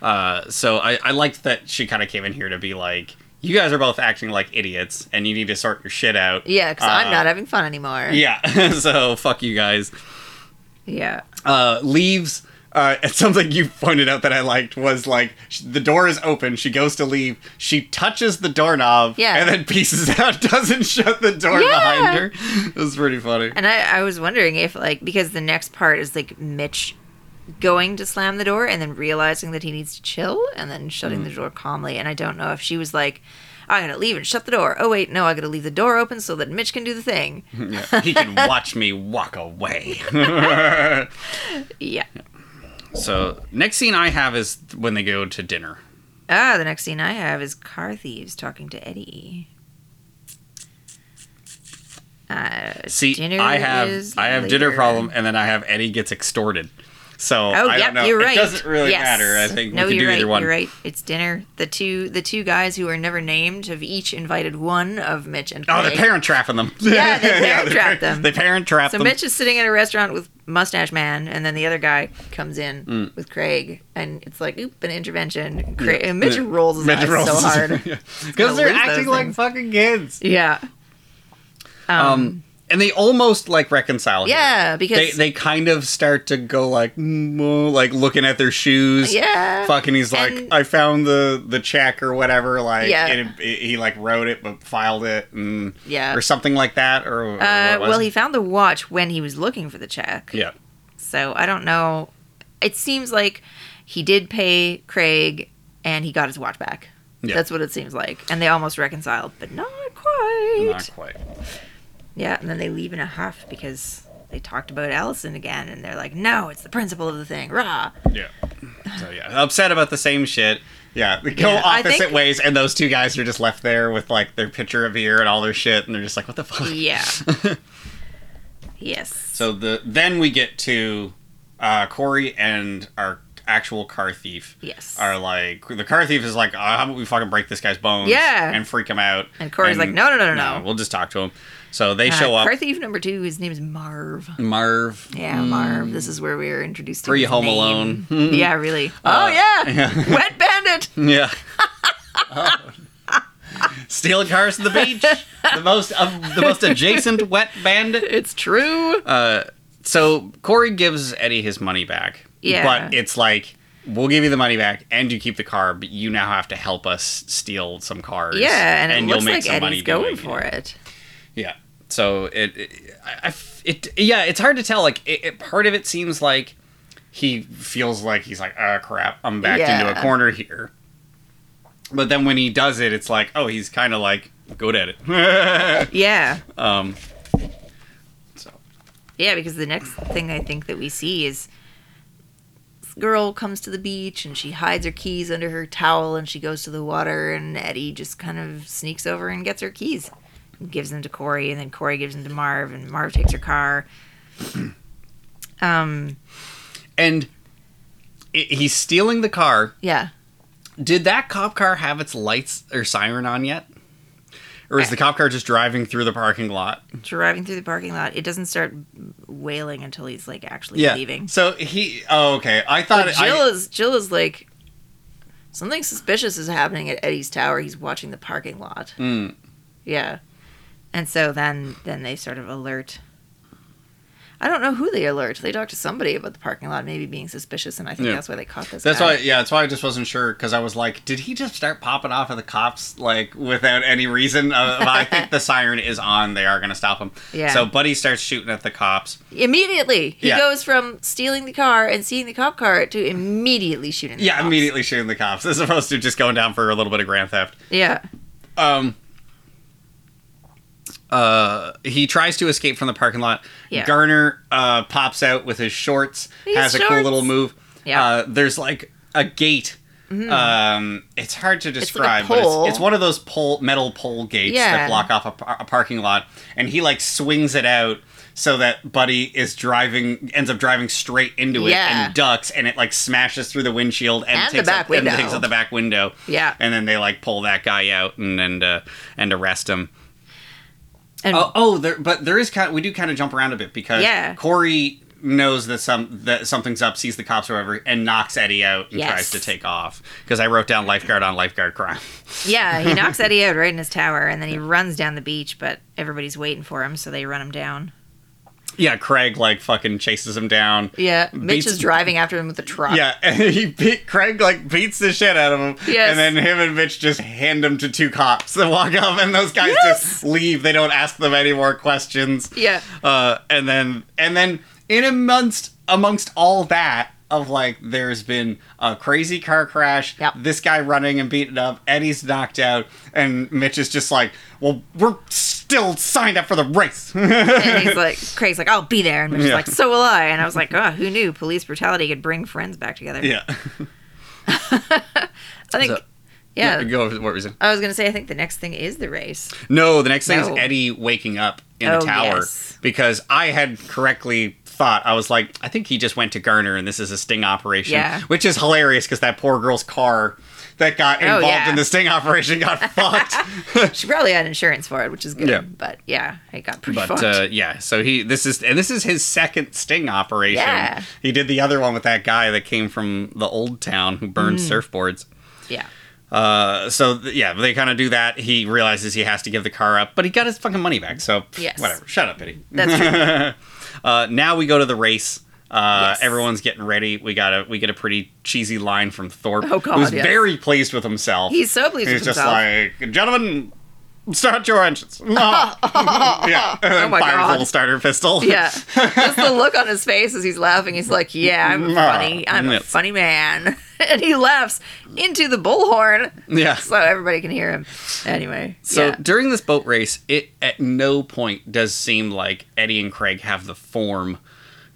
A: Uh, so I, I liked that she kind of came in here to be like, you guys are both acting like idiots and you need to sort your shit out.
B: yeah. Because
A: Uh,
B: I'm not having fun anymore.
A: Yeah, so fuck you guys.
B: yeah.
A: Uh, leaves. Uh, and something you pointed out that I liked was like sh- the door is open. She goes to leave. She touches the doorknob
B: Yeah.
A: and then pieces out. Doesn't shut the door
B: Yeah.
A: behind her. It was pretty funny.
B: And I, I was wondering if, like, because the next part is like Mitch going to slam the door and then realizing that he needs to chill and then shutting
A: Mm.
B: the door calmly. And I don't know if she was like, I gotta leave and shut the door. Oh, wait, no, I gotta leave the door open so that Mitch can do the thing.
A: Yeah, he can watch me walk away.
B: yeah.
A: so next scene I have is when they go to dinner.
B: Ah, the next scene I have is car thieves talking to Eddie. Uh,
A: See,
B: dinner
A: I have
B: is
A: I have dinner
B: later.
A: problem, and then I have Eddie gets extorted. So
B: Oh,
A: I
B: yep,
A: don't know.
B: you're
A: It
B: right.
A: doesn't really
B: Yes.
A: matter. I think
B: no,
A: we can do
B: you're right,
A: either one.
B: You're right. It's dinner. The two, the two guys who are never named have each invited one of Mitch and
A: Oh,
B: Craig.
A: they're parent trapping them.
B: Yeah, they parent trap them.
A: They parent trap
B: So
A: them.
B: Mitch is sitting at a restaurant with Mustache Man, and then the other guy comes in
A: Mm.
B: with Craig, and it's like, oop, an intervention. Craig, and Mitch rolls his eyes so hard. gonna
A: Because they're
B: lose those
A: acting like
B: things.
A: fucking kids.
B: yeah.
A: Um, and they almost like reconcile. here.
B: Yeah, because
A: They, they kind of start to go like, mm, oh, like looking at their shoes.
B: yeah,
A: Fucking, he's like,
B: And-
A: I found the the check or whatever. Like,
B: Yeah.
A: and it, it- he like wrote it but filed it and
B: Yeah.
A: or something like that. Or, or
B: Uh,
A: what was
B: well,
A: it?
B: he found the watch when he was looking for the check.
A: yeah.
B: So I don't know. It seems like he did pay Craig and he got his watch back.
A: Yeah.
B: That's what it seems like. And they almost reconciled, but not quite.
A: Not quite.
B: Yeah, and then they leave in a huff because they talked about Allison again and they're like, no, it's the principle of the thing. Rah.
A: Yeah. So yeah, upset about the same shit. Yeah, they go
B: Yeah, I
A: opposite
B: think-
A: ways, and those two guys are just left there with like their pitcher of beer and all their shit, and they're just like, "What the fuck?"
B: Yeah. yes.
A: So the then we get to uh, Corey and our actual car thief
B: Yes.
A: are like the car thief is like, oh, "How about we fucking break this guy's bones?"
B: Yeah.
A: and freak him out.
B: And Corey's like, "No, no, no, no, no."
A: We'll just talk to him." So they
B: Uh,
A: show up.
B: car thief number two, his name is Marv.
A: Marv.
B: Yeah, Marv. This is where we were introduced to
A: Hmm. Free
B: his
A: Home
B: name.
A: Alone. Uh,
B: yeah, really. oh, yeah. Wet Bandit.
A: Yeah. Oh. Stealing cars to the beach. The most of the most adjacent wet bandit.
B: It's true.
A: Uh, So Corey gives Eddie his money back.
B: Yeah.
A: But it's like we'll give you the money back and you keep the car, but you now have to help us steal some cars.
B: yeah, and, it looks like Eddie's
A: doing
B: going for it.
A: Yeah. So it, it, I- I f- it, yeah, it's hard to tell. Like, it, it, part of it seems like he feels like he's like, oh crap, I'm backed into
B: Yeah.
A: a corner here. But then when he does it, it's like, oh, he's kind of like good at it.
B: Yeah.
A: um, so
B: Yeah, because the next thing I think that we see is this girl comes to the beach and she hides her keys under her towel and she goes to the water and Eddie just kind of sneaks over and gets her keys and gives them to Corey and then Corey gives them to Marv and Marv takes her car. Um,
A: and i he's stealing the car.
B: yeah.
A: Did that cop car have its lights or siren on yet? Or is the cop car just driving through the parking lot?
B: Driving through the parking lot. It doesn't start wailing until he's like actually leaving.
A: So he. Oh, okay. I thought.
B: But
A: I-
B: Jill is Jill is like something suspicious is happening at Eddie's tower. He's watching the parking lot.
A: Mm.
B: Yeah, and so then then they sort of alert. I don't know who they alert. They talk to somebody about the parking lot maybe being suspicious, and I think
A: Yeah.
B: that's why they caught this.
A: That's
B: guy.
A: why, yeah, that's why I just wasn't sure because I was like, did he just start popping off at the cops like without any reason? Uh, but I think the siren is on; they are going to stop him.
B: Yeah.
A: So Buddy starts shooting at the cops.
B: immediately he
A: Yeah.
B: goes from stealing the car and seeing the cop car to immediately shooting. The
A: Yeah,
B: cops.
A: immediately shooting the cops as opposed to just going down for a little bit of grand theft.
B: Yeah,
A: Um. Uh, he tries to escape from the parking lot.
B: Yeah.
A: Garner uh pops out with his shorts.
B: His
A: has a cool
B: shorts.
A: little move.
B: Yeah. Mm-hmm.
A: Uh, there's like a gate. Um, it's hard to describe, but
B: pole.
A: it's, it's one of those pole metal pole gates
B: Yeah.
A: that block off a, par- a parking lot, and he like swings it out so that Buddy is driving, ends up driving straight into it
B: Yeah.
A: and ducks, and it like smashes through the windshield and,
B: And the
A: takes
B: back
A: up, and
B: window.
A: takes out the back window
B: Yeah.
A: and then they like pull that guy out and and uh, and arrest him.
B: and
A: Oh, oh, there, but there is kind. we do kind of jump around a bit because
B: Yeah.
A: Corey knows that some that something's up, sees the cops or whatever, and knocks Eddie out and
B: Yes.
A: tries to take off. Because I wrote down lifeguard on lifeguard crime.
B: yeah, he knocks Eddie out right in his tower, and then he runs down the beach, but everybody's waiting for him, so they run him down.
A: yeah, Craig like fucking chases him down.
B: Yeah, Mitch
A: Beats-
B: is driving after him with a truck.
A: Yeah, and he beat, Craig like beats the shit out of him,
B: Yes.
A: and then him and Mitch just hand him to two cops that walk up, and those guys
B: Yes.
A: just leave. They don't ask them any more questions.
B: Yeah.
A: uh, and then and then in amongst amongst all that of like there's been a crazy car crash
B: Yep.
A: this guy running and beaten up eddie's knocked out and mitch is just like well we're still signed up for the race
B: And he's like, Craig's like, I'll be there. And Mitch's
A: Yeah.
B: like, so will I. And I was like, oh, who knew police brutality could bring friends back together?
A: yeah
B: I think,
A: So-
B: yeah.
A: go over what reason
B: I was going to say, I think the next thing is the race.
A: no the next thing
B: No.
A: is eddie waking up in
B: Oh,
A: a tower
B: yes.
A: because i had correctly thought i was like i think he just went to garner and this is a sting operation
B: Yeah.
A: which is hilarious because that poor girl's car that got
B: Oh,
A: involved
B: yeah.
A: in the sting operation got fucked
B: She probably had insurance for it, which is good.
A: Yeah.
B: But yeah, it got pretty
A: But
B: fucked.
A: uh, yeah, so he this is and this is his second sting operation.
B: Yeah.
A: He did the other one with that guy that came from the old town who burned
B: Mm.
A: surfboards.
B: yeah.
A: Uh, so th- yeah, they kind of do that. He realizes he has to give the car up, but he got his fucking money back. So
B: Yes.
A: whatever. Shut up, Eddie.
B: That's true.
A: Uh, now we go to the race. Uh,
B: Yes.
A: Everyone's getting ready. We got a we get a pretty cheesy line from Thorpe,
B: Oh, God,
A: who's
B: yes.
A: very pleased with himself.
B: He's so pleased
A: He's
B: with
A: just
B: himself. Oh,
A: like, gentlemen, start your engines. No. yeah. And then
B: my
A: fires
B: God.
A: a little starter pistol.
B: Yeah. Just the look on his face as he's laughing. He's like, Yeah, I'm funny. I'm a
A: Yes.
B: funny man. And he laughs into the bullhorn
A: Yeah.
B: so everybody can hear him. Anyway.
A: So
B: yeah.
A: during this boat race, it at no point does seem like Eddie and Craig have the form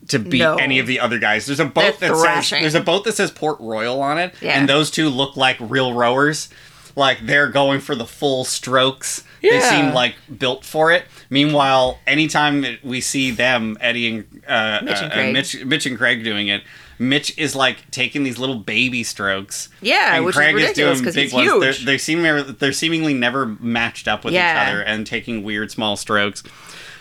A: to beat
B: No.
A: any of the other guys. There's a boat
B: They're
A: that
B: thrashing.
A: says there's a boat that says Port Royal on it,
B: Yeah.
A: and those two look like real rowers. Like they're going for the full strokes. They
B: Yeah.
A: seem like built for it. Meanwhile, anytime that we see them, Eddie and, uh,
B: Mitch and
A: uh, uh,
B: Craig.
A: Mitch, Mitch and Craig doing it. Mitch is like taking these little baby strokes.
B: Yeah,
A: and
B: which is
A: Craig
B: ridiculous
A: is doing
B: 'cause
A: big
B: he's
A: ones. They're-
B: huge.
A: they seem they're seemingly never matched up with
B: Yeah.
A: each other and taking weird small strokes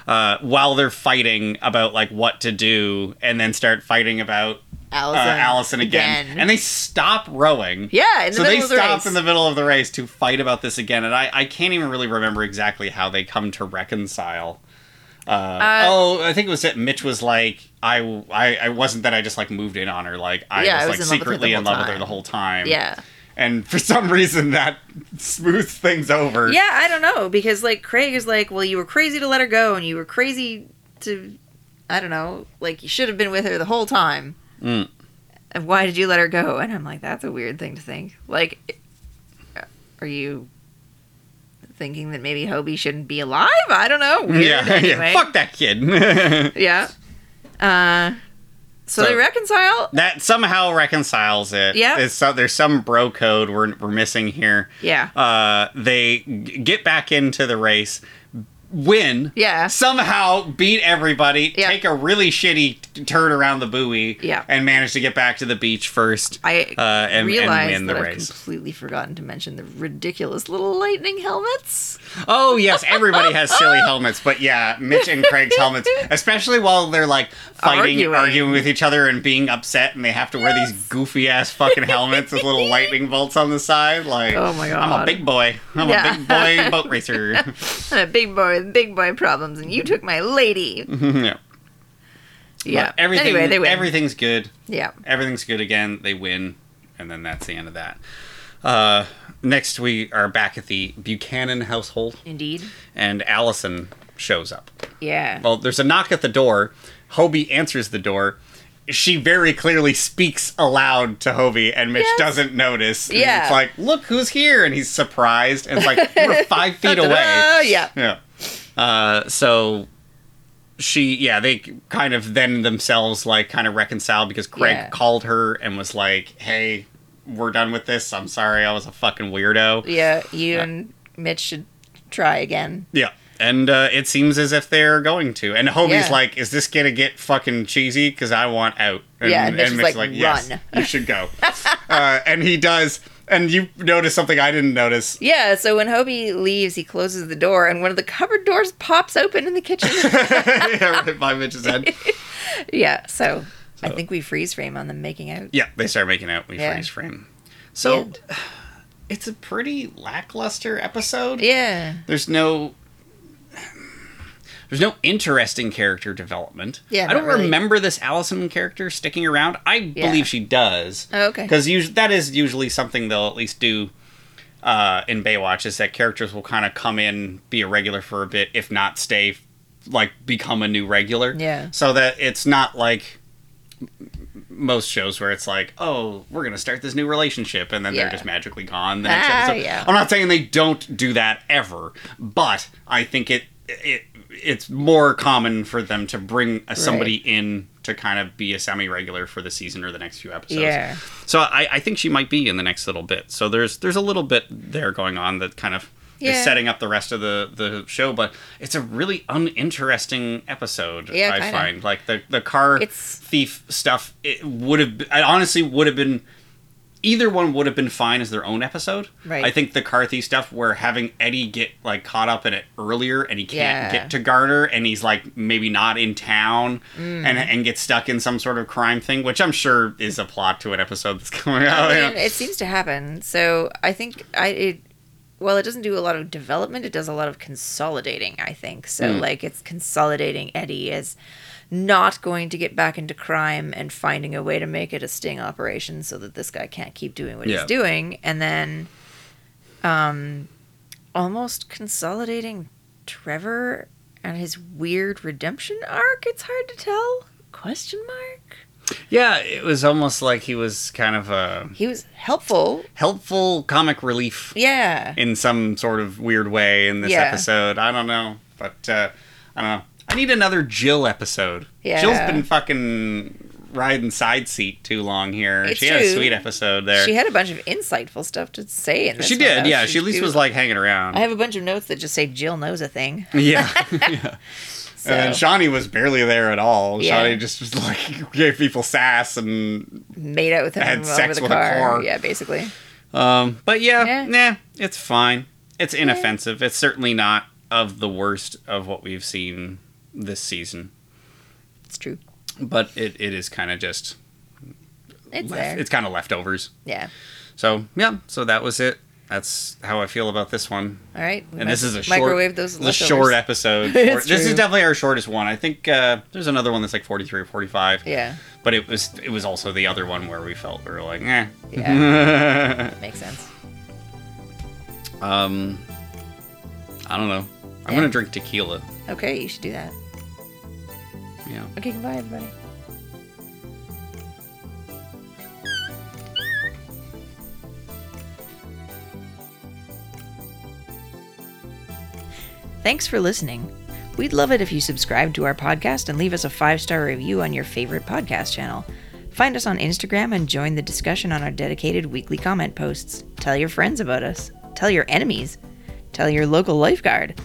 A: uh, while they're fighting about like what to do and then start fighting about uh,
B: Allison,
A: Allison again. and they stop rowing.
B: Yeah, in the
A: so
B: middle
A: they
B: of the
A: stop
B: race.
A: in the middle of the race to fight about this again, and I, I can't even really remember exactly how they come to reconcile. Uh, oh, I think it was that Mitch was like, I, I, I wasn't that I just like moved in on her, like I
B: Yeah, I
A: was,
B: was
A: like
B: in love with her
A: secretly
B: the
A: in
B: whole
A: love with her
B: time.
A: the whole time.
B: yeah.
A: And for some reason that smooths things over.
B: Yeah, I don't know because like Craig is like, well, you were crazy to let her go, and you were crazy to, I don't know, like you should have been with her the whole time.
A: Mm.
B: And why did you let her go? And I'm like, that's a weird thing to think. Like, are you thinking that maybe Hobie shouldn't be alive? I don't know. Weird,
A: Yeah, yeah.
B: anyway.
A: Fuck that kid.
B: yeah. Uh, so,
A: So-
B: they reconcile.
A: that somehow reconciles it.
B: Yeah.
A: It's so, there's some bro code we're, we're missing here.
B: Yeah.
A: Uh, they g- get back into the race, win.
B: Yeah.
A: Somehow beat everybody,
B: Yeah.
A: take a really shitty t- turn around the buoy,
B: Yeah.
A: and manage to get back to the beach first.
B: I
A: uh, and,
B: realized
A: and win the
B: that I've
A: race.
B: completely forgotten to mention the ridiculous little lightning helmets.
A: Oh yes, everybody has silly helmets, but yeah, Mitch and Craig's helmets, especially while they're like fighting,
B: Arguing.
A: arguing, with each other, and being upset, and they have to wear these goofy ass fucking helmets with little lightning bolts on the side. Like,
B: Oh my
A: I'm
B: God.
A: a big boy. I'm
B: Yeah.
A: a big boy boat racer.
B: I'm a big boy with big boy problems, and you took my lady.
A: yeah,
B: Yeah.
A: But everything,
B: anyway, they win.
A: Everything's good.
B: yeah.
A: Everything's good again. They win, and then that's the end of that. Uh, next, we are back at the Buchanan household,
B: Indeed.
A: and Allison shows up.
B: Yeah.
A: Well, there's a knock at the door. Hobie answers the door. She very clearly speaks aloud to Hobie, and Mitch
B: Yes.
A: doesn't notice. And
B: Yeah.
A: It's like, look who's here. And he's surprised. And it's like, we're five feet away.
B: Oh yeah.
A: Yeah. Uh, so she, yeah, they kind of then themselves like kind of reconcile because Craig
B: Yeah.
A: called her and was like, hey, we're done with this. I'm sorry. I was a fucking weirdo.
B: Yeah. You and Mitch should try again.
A: Yeah. And uh, it seems as if they're going to. And Hobie's
B: Yeah.
A: like, is this going to get fucking cheesy? Because I want out. And,
B: Yeah, and Mitch is
A: Mitch's
B: like, "Run."
A: you should go. uh, and he does. And you notice something I didn't notice.
B: Yeah. So when Hobie leaves, he closes the door, and one of the cupboard doors pops open in the kitchen.
A: yeah, right by Mitch's head.
B: yeah. So, I think we freeze frame on them making out.
A: Yeah, they start making out. We
B: Yeah.
A: freeze frame. So
B: And-
A: it's a pretty lackluster episode.
B: Yeah.
A: There's no. There's no interesting character development.
B: Yeah,
A: I don't
B: not really.
A: remember this Allison character sticking around. I
B: Yeah.
A: believe she does.
B: Oh, okay.
A: because that is usually something they'll at least do uh, in Baywatch is that characters will kind of come in, be a regular for a bit, if not stay, like become a new regular.
B: Yeah.
A: So that it's not like m- most shows where it's like, oh, we're gonna start this new relationship, and then
B: Yeah.
A: they're just magically gone. The next
B: Ah,
A: episode.
B: yeah.
A: I'm not saying they don't do that ever, but I think it it it's more common for them to bring a, somebody in to kind of be a semi regular for the season or the next few episodes.
B: Yeah.
A: So I, I think she might be in the next little bit. So there's there's a little bit there going on that kind of
B: Yeah.
A: is setting up the rest of the the show, but it's a really uninteresting episode.
B: Yeah,
A: I
B: kinda.
A: find like the the car
B: It's-
A: thief stuff. It would have I honestly would have been. Either one would have been fine as their own episode.
B: Right.
A: I think the car thief stuff, where having Eddie get like caught up in it earlier, and he can't
B: Yeah.
A: get to Garner, and he's like maybe not in town,
B: Mm.
A: and and gets stuck in some sort of crime thing, which I'm sure is a plot to an episode that's coming out.
B: I mean,
A: Oh, yeah.
B: it seems to happen. So I think I it. Well, it doesn't do a lot of development. It does a lot of consolidating. I think so. Like it's consolidating Eddie as not going to get back into crime and finding a way to make it a sting operation so that this guy can't keep doing what he's
A: Yeah.
B: doing. And then, um, almost consolidating Trevor and his weird redemption arc? It's hard to tell. Question mark.
A: Yeah, it was almost like he was kind of a
B: He was helpful.
A: helpful comic relief
B: Yeah.
A: in some sort of weird way in this
B: Yeah.
A: episode. I don't know, but uh, I don't know. I need another Jill episode.
B: Yeah.
A: Jill's been fucking riding side seat too long here.
B: It's
A: she had a
B: true.
A: sweet episode there.
B: She
A: She,
B: had a bunch of insightful stuff to say in this. one,
A: did,
B: though.
A: yeah. She at least
B: she
A: was like hanging around.
B: I have a bunch of notes that just say Jill knows a thing.
A: yeah. yeah.
B: So.
A: And then Shawnee was barely there at all.
B: Yeah.
A: Shawnee just was like gave people sass and
B: made out with him
A: Had
B: over
A: sex
B: the
A: with a
B: car.
A: car.
B: Yeah, basically.
A: um but yeah,
B: Yeah.
A: nah, it's fine. It's inoffensive. It's certainly not of the worst of what we've seen this season.
B: It's true.
A: But it, it is kind of just left-
B: It's there.
A: it's kind of leftovers.
B: yeah.
A: So yeah, so that was it. That's how I feel about this one.
B: All right. we
A: And this is a short,
B: microwave those
A: this is a short
B: leftovers.
A: episode.
B: It's
A: this is
B: true.
A: definitely our shortest one. I think uh, there's another one that's like 43 or 45.
B: Yeah.
A: But it was it was also the other one where we felt we were like, eh.
B: Yeah. Makes sense.
A: um, I don't know. I'm
B: Yeah.
A: gonna drink tequila.
B: Okay, you should do that.
A: Yeah.
B: Okay, goodbye, everybody. Thanks for listening. We'd love it if you subscribe to our podcast and leave us a five star review on your favorite podcast channel. Find us on Instagram and join the discussion on our dedicated weekly comment posts. Tell your friends about us. Tell your enemies. Tell your local lifeguard.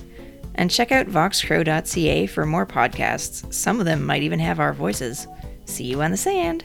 B: And check out voxcrow.ca for more podcasts. Some of them might even have our voices. See you on the sand.